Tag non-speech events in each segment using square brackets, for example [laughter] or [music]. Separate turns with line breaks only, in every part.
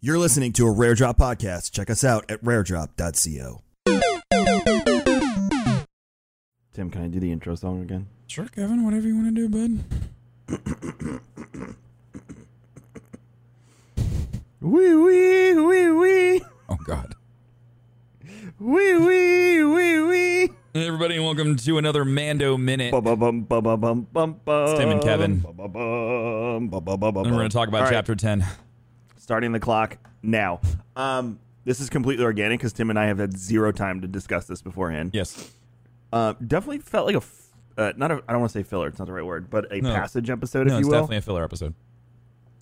You're listening to a Rare Drop podcast. Check us out at raredrop.co.
Tim, can I do the intro song again?
Sure, Kevin, whatever you want to do, bud.
Wee wee wee wee
Oh, God.
wee wee wee wee.
Hey, everybody, and welcome to another Mando Minute.
Ba ba bum ba ba bum bum bum.
Tim and Kevin.
Ba ba bum ba ba ba ba.
And we're going to talk about Chapter 10.
Starting the clock now. Um, this is completely organic because Tim and I have had zero time to discuss this beforehand.
Yes.
Uh, definitely felt like a f- uh, not a I don't want to say filler. It's not the right word, but a
No.
passage episode, if
No,
you
it's
will.
definitely a filler episode.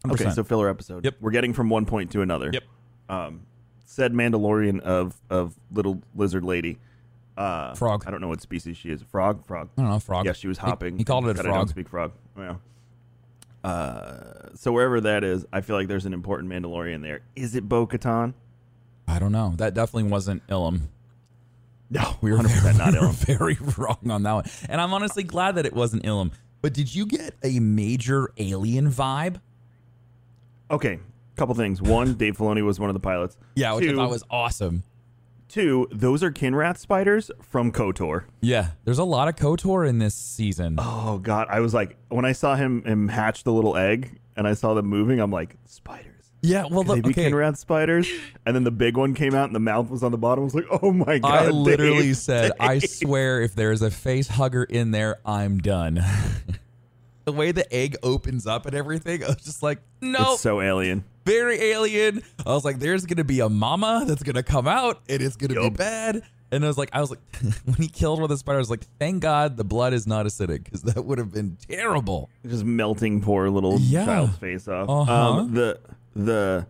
100%.
okay, so filler episode.
Yep.
We're getting from one point to another.
Yep.
Um, said Mandalorian of of little lizard lady. Uh,
Frog.
I don't know what species she is. Frog. Frog.
I don't know, frog.
Yeah, she was
He-
hopping.
He, called it a
God, I don't
frog.
speak frog. Yeah. Uh, so wherever that is, I feel like there's an important Mandalorian there. Is it Bo Katan?
I don't know. That definitely wasn't Ilum.
No,
We were,
100%
very,
not
we were
Ilum.
very [laughs] wrong on that one. And I'm honestly glad that it wasn't Ilum. But did you get a major alien vibe?
Okay, couple things. One,
[laughs]
Dave Filoni was one of the pilots.
Yeah, which
two,
I thought was awesome.
two. Those are Kinrath spiders from Kotor.
Yeah, there's a lot of Kotor in this season.
Oh God, I was like when I saw him him hatch the little egg, and I saw them moving. I'm like spiders.
yeah, well,
They
the, okay.
became Kinrath spiders, and then the big one came out, and the mouth was on the bottom. I was like, oh my [laughs] God!
I literally
Dave.
said, I swear, if there's a face hugger in there, I'm done. [laughs] the way the egg opens up and everything, I was just like, no,
it's so alien.
very alien. I was like, there's gonna be a mama that's gonna come out, and it's gonna be
Yup.
bad. And I was like, I was like, [laughs] when he killed one of the spiders, I was like, thank God the blood is not acidic because that would have been terrible.
just melting poor little
Yeah.
child's face off.
Uh-huh.
Um, the the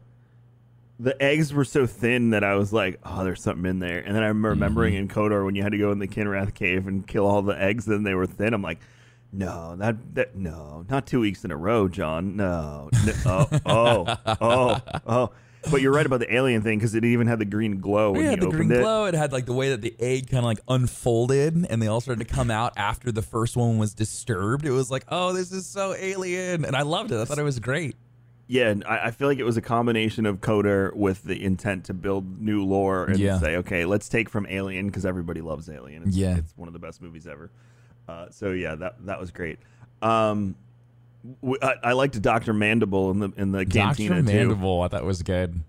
the eggs were so thin that I was like, "Oh, there's something in there." And then I'm remembering in
Mm-hmm.
Kodor when you had to go in the Kinrath cave and kill all the eggs, then they were thin. I'm like, "No, that that no, not two weeks in a row, John. No, no oh, oh, oh, oh." But you're right about the alien thing because it even had the green glow when
Oh, yeah,
you
the
opened
green
it.
glow. It had like the way that the egg kind of like unfolded, and they all started to come out after the first one was disturbed. It was like, oh, this is so alien, and I loved it. I thought it was great.
Yeah, and I, I feel like it was a combination of Coder with the intent to build new lore and
Yeah.
say, okay, let's take from Alien because everybody loves Alien. It's,
Yeah.
it's one of the best movies ever. Uh, so yeah, that that was great. Um, w- I, I liked Doctor Mandible in the in the cantina
Doctor
too.
Mandible, I thought was good.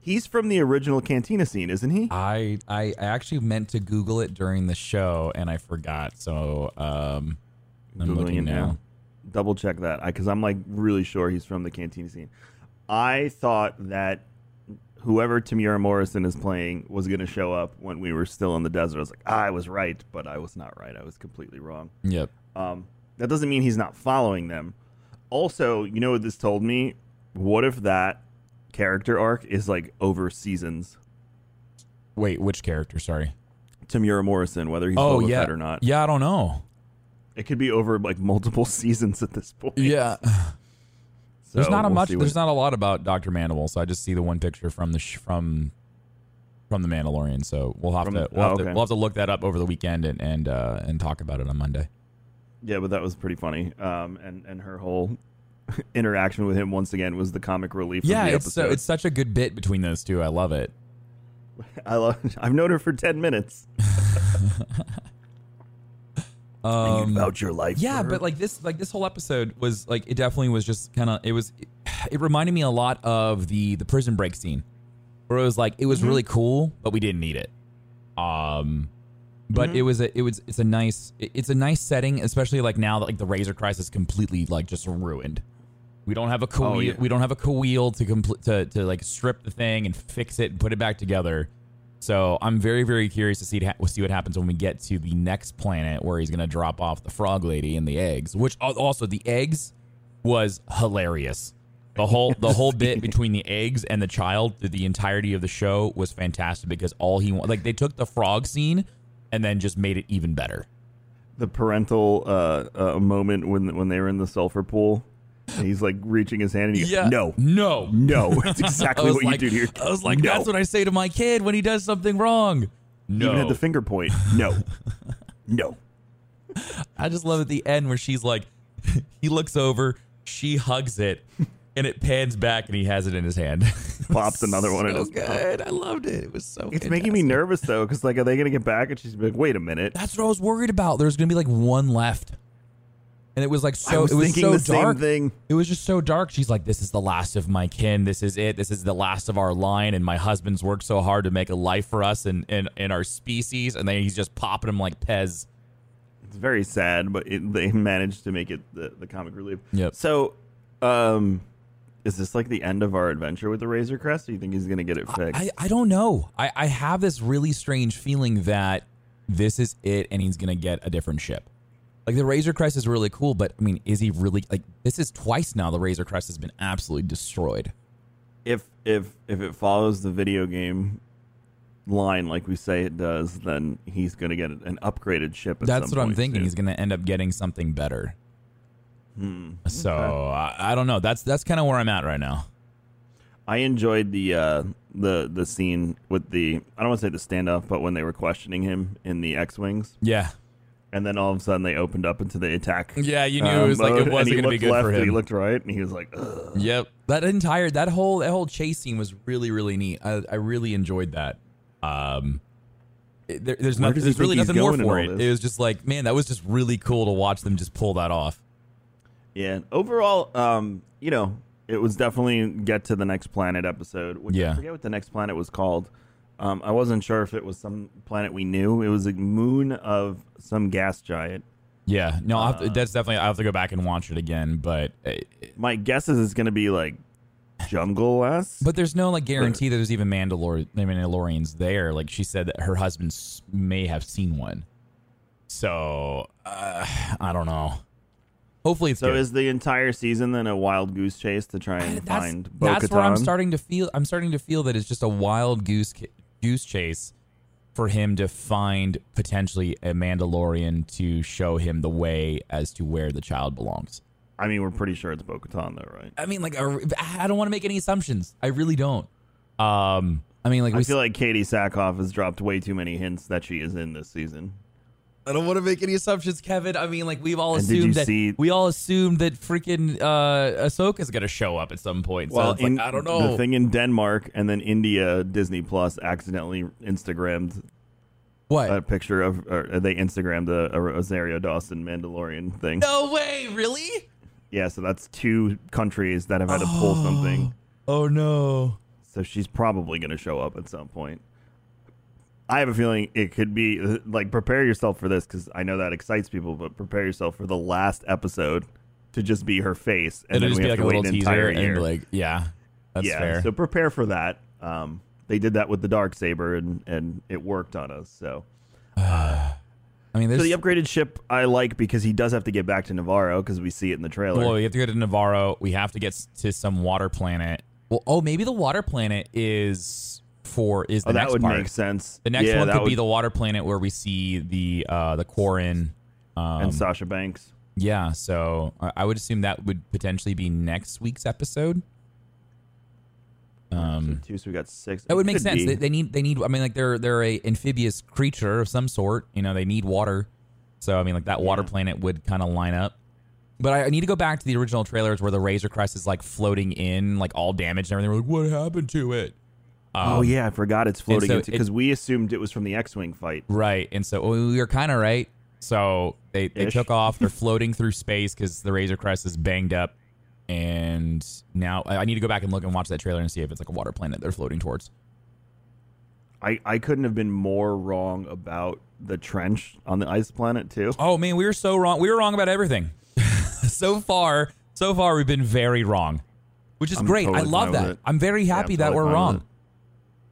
He's from the original cantina scene, isn't he?
I I actually meant to Google it during the show and I forgot. So um, I'm
Googling
looking
it
now.
Double check that because I'm like really sure he's from the cantina scene. I thought that whoever Tamira Morrison is playing was going to show up when we were still in the desert. I was like, "Ah, I was right, but I was not right. I was completely wrong.
Yep.
Um, that doesn't mean he's not following them. Also, you know what this told me? What if that character arc is like over seasons?
Wait, which character? Sorry.
Tamira Morrison, whether he's
oh
Boba
yeah.
Fett or not,
Yeah, I don't know.
it could be over like multiple [laughs] seasons at this point.
Yeah. there's
So
not a
we'll
much.
see what-
There's not a lot about Doctor Mandible, so I just see the one picture from the sh- from from the Mandalorian. So we'll have
From
to
the-
we'll, have
oh,
to
okay.
we'll have to look that up over the weekend and and uh, and talk about it on Monday.
Yeah, but that was pretty funny. Um, and and her whole [laughs] interaction with him once again was the comic relief.
Yeah,
of the
it's so,
episode.
it's such a good bit between those two. I love it.
I love. [laughs] I've known her for ten minutes.
Um,
your life.
Yeah, but like this, like this whole episode was like it definitely was just kind of it was, it, reminded me a lot of the the prison break scene, where it was like it was
Mm-hmm.
really cool, but we didn't need it. Um, but
Mm-hmm.
it was a it was it's a nice it- it's a nice setting, especially like now that like the Razor Crest is completely like just ruined. We don't have a cool
Oh, yeah.
we don't have a cool wheel to complete to to like strip the thing and fix it and put it back together. So I'm very, very curious to see it ha- see what happens when we get to the next planet where he's gonna drop off the frog lady and the eggs. Which al- also the eggs was hilarious. The whole the whole bit between the eggs and the child through the entirety of the show was fantastic because all he wanted, like they took the frog scene and then just made it even better.
the parental uh, uh, moment when when they were in the sulfur pool. And he's like reaching his hand and he goes, no,
no,
no. It's
[laughs] I
exactly
was
what
like,
you do here.
I was like,
no.
that's what I say to my kid when he does something wrong. No,
Even at the finger point,
[laughs]
no, no.
I just love at the end where she's like, [laughs] he looks over, she hugs it, and it pans back, and he has it in his hand. [laughs]
Pops another one. and
so
just pops.
good. I loved it. It was so.
It's making me nervous though, because like, are they gonna get back? And she's like, wait a minute.
That's what I was worried about. There's gonna be like one left, and it was like so.
I was
it was
thinking
so
the
dark.
same thing.
It was just so dark. She's like, "This is the last of my kin. This is it. This is the last of our line." And my husband's worked so hard to make a life for us and and, and our species, and then he's just popping him like Pez.
It's very sad, but it, [laughs] they managed to make it the, the comic relief.
Yep.
So, um, is this like the end of our adventure with the Razor Crest? Do you think he's gonna get it fixed?
I, I don't know. I, I have this really strange feeling that this is it and he's going to get a different ship. Like the Razor Crest is really cool, but I mean, is he really like this is twice now the Razor Crest has been absolutely destroyed.
if if if it follows the video game line like we say it does, then he's going to get an upgraded ship. At
That's
some
what I'm
point
thinking.
soon.
He's going to end up getting something better.
Hmm.
So
Okay.
I, I don't know. That's that's kind of where I'm at right now.
I enjoyed the uh, the the scene with the I don't want to say the standoff, but when they were questioning him in the X wings,
Yeah.
and then all of a sudden they opened up into the attack.
Yeah, you knew
um,
it was like
mode,
it
and
wasn't
he
going to be
looked
good
left
for
and
him.
He looked right, and he was like, Ugh.
Yep. That entire that whole that whole chase scene was really really neat. I, I really enjoyed that. Um it- there, there's
Where
not,
does he
there's
think
really
he's
nothing more
going in
for
all
it.
this?
It was just like, man, that was just really cool to watch them just pull that off.
"Yeah." Overall, um, you know, it was definitely get to the next planet episode. Which
Yeah.
I forget what the next planet was called. Um, I wasn't sure if it was some planet we knew. It was a moon of some gas giant.
Yeah. No, I'll have to,
Uh,
that's definitely I will have to go back and watch it again, but uh,
My guess is it's going to be like jungle esque.
but there's no like guarantee that there's even Mandalor- Mandalorians there. Like she said that her husband s- may have seen one. So, uh, I don't know. Hopefully it's
so
good.
is the entire season then a wild goose chase to try and
[sighs] that's,
find Bo
that's where I'm starting to feel. I'm starting to feel that it's just a wild goose ca- goose chase for him to find potentially a Mandalorian to show him the way as to where the child belongs.
I mean, we're pretty sure it's Bo Katan though, right?
I mean, like, I I don't want to make any assumptions. I really don't. Um, I mean, like, we
I feel like Katie Sackhoff has dropped way too many hints that she is in this season.
I don't want to make any assumptions, Kevin. I mean, like we've all
And did you
assumed that
see-
we all assumed that freaking uh, Ahsoka's gonna show up at some point. So it's
in-
like, I don't know.
The thing in Denmark and then India, Disney Plus accidentally Instagrammed
what?
a picture of, or they Instagrammed a, a Rosario Dawson Mandalorian thing.
no way, really?
Yeah, so that's two countries that have had to pull something.
Oh no.
So she's probably going to show up at some point. I have a feeling it could be uh, like prepare yourself for this because I know that excites people, but prepare yourself for the last episode to just be her face, and
It'll
then
just
we
be
have
like a
to wait an
little teaser
entire year.
and like, yeah, that's
yeah,
fair.
so prepare for that. Um, they did that with the dark saber, and and it worked on us. So,
I mean,
so
there's
the upgraded ship I like because he does have to get back to Navarro because we see it in the trailer.
well, we have to go to Navarro. We have to get s- to some water planet. Well, oh, maybe the water planet is for is the
oh, that
next
would
part.
make sense.
The next
Yeah,
one
that
could be
would-
the water planet where we see the uh the Corin. Um,
and Sasha Banks.
yeah, so uh, I I would assume that would potentially be next week's episode. Um,
two, so we got six.
That
It
would make
could
sense.
be.
They, they need they need. I mean, like they're they're a amphibious creature of some sort. You know, they need water. So I mean, like that water planet would kind of line up. But I, I need to go back to the original trailers where the Razor Crest is like floating in, like all damaged and everything. We're like, what happened to it?
Oh yeah, I forgot it's floating
um, so
into
it-
because we assumed it was from the X-wing fight.
Right. And so we were kind of right. So they, they
Ish.
took
[laughs]
off. They're floating through space because the Razor Crest is banged up. And now I I need to go back and look and watch that trailer and see if it's like a water planet they're floating towards.
I I couldn't have been more wrong about the trench on the ice planet too.
Oh man, we were so wrong. We were wrong about everything. [laughs] so far, so far we've been very wrong, which is
I'm
great.
totally
I love
fine with
that.
it.
I'm very
I'm
happy that
totally
we're
fine with
wrong.
it.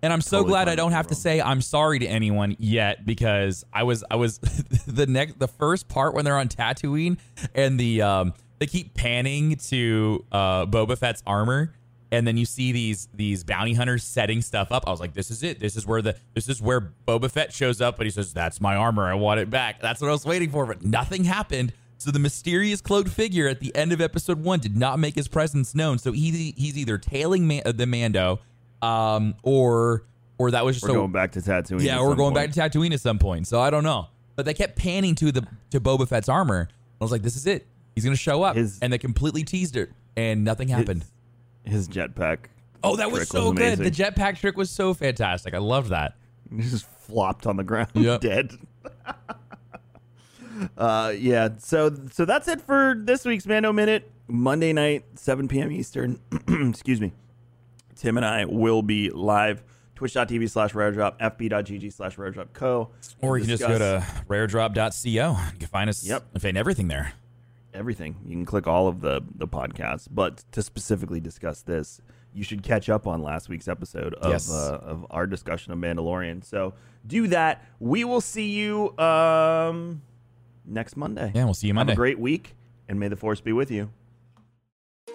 And I'm so
Totally
glad I
fine
don't
that
have
we're
to
wrong.
say I'm sorry to anyone yet [laughs] because I was I was the next the first part when they're on Tatooine and the um they keep panning to uh, Boba Fett's armor, and then you see these these bounty hunters setting stuff up. I was like, this is it. This is where the this is where Boba Fett shows up, and he says, "That's my armor. I want it back." That's what I was waiting for, but nothing happened. So the mysterious cloaked figure at the end of episode one did not make his presence known. So he he's either tailing Ma- uh, the Mando, um, or or that was just
We're
a,
going back to Tatooine.
yeah,
at
we're
some
going
point.
back to Tatooine at some point. So I don't know. But they kept panning to the to Boba Fett's armor. I was like, this is it. He's gonna show up.
His-
and they completely teased it and nothing happened.
His jetpack.
oh, that was
trick
so
was
good. The
amazing.
jetpack trick was so fantastic. I loved that.
[laughs] He just flopped on the ground, [laughs]
Yep.
dead. uh, yeah. So, so that's it for this week's Mando Minute. Monday night, 7 p.m. Eastern. [clears throat] Excuse me. Tim and I will be live. Twitch.tv slash rare drop, fb.gg slash rare drop co.
Or you can just go to raredrop.co. You can find us
Yep.
and find everything there.
everything. You can click all of the the podcasts, but to specifically discuss this, you should catch up on last week's episode of
Yes.
uh, of our discussion of Mandalorian. So do that. We will see you um next Monday.
Yeah, we'll see you
Have
Monday.
a great week, and may the force be with you.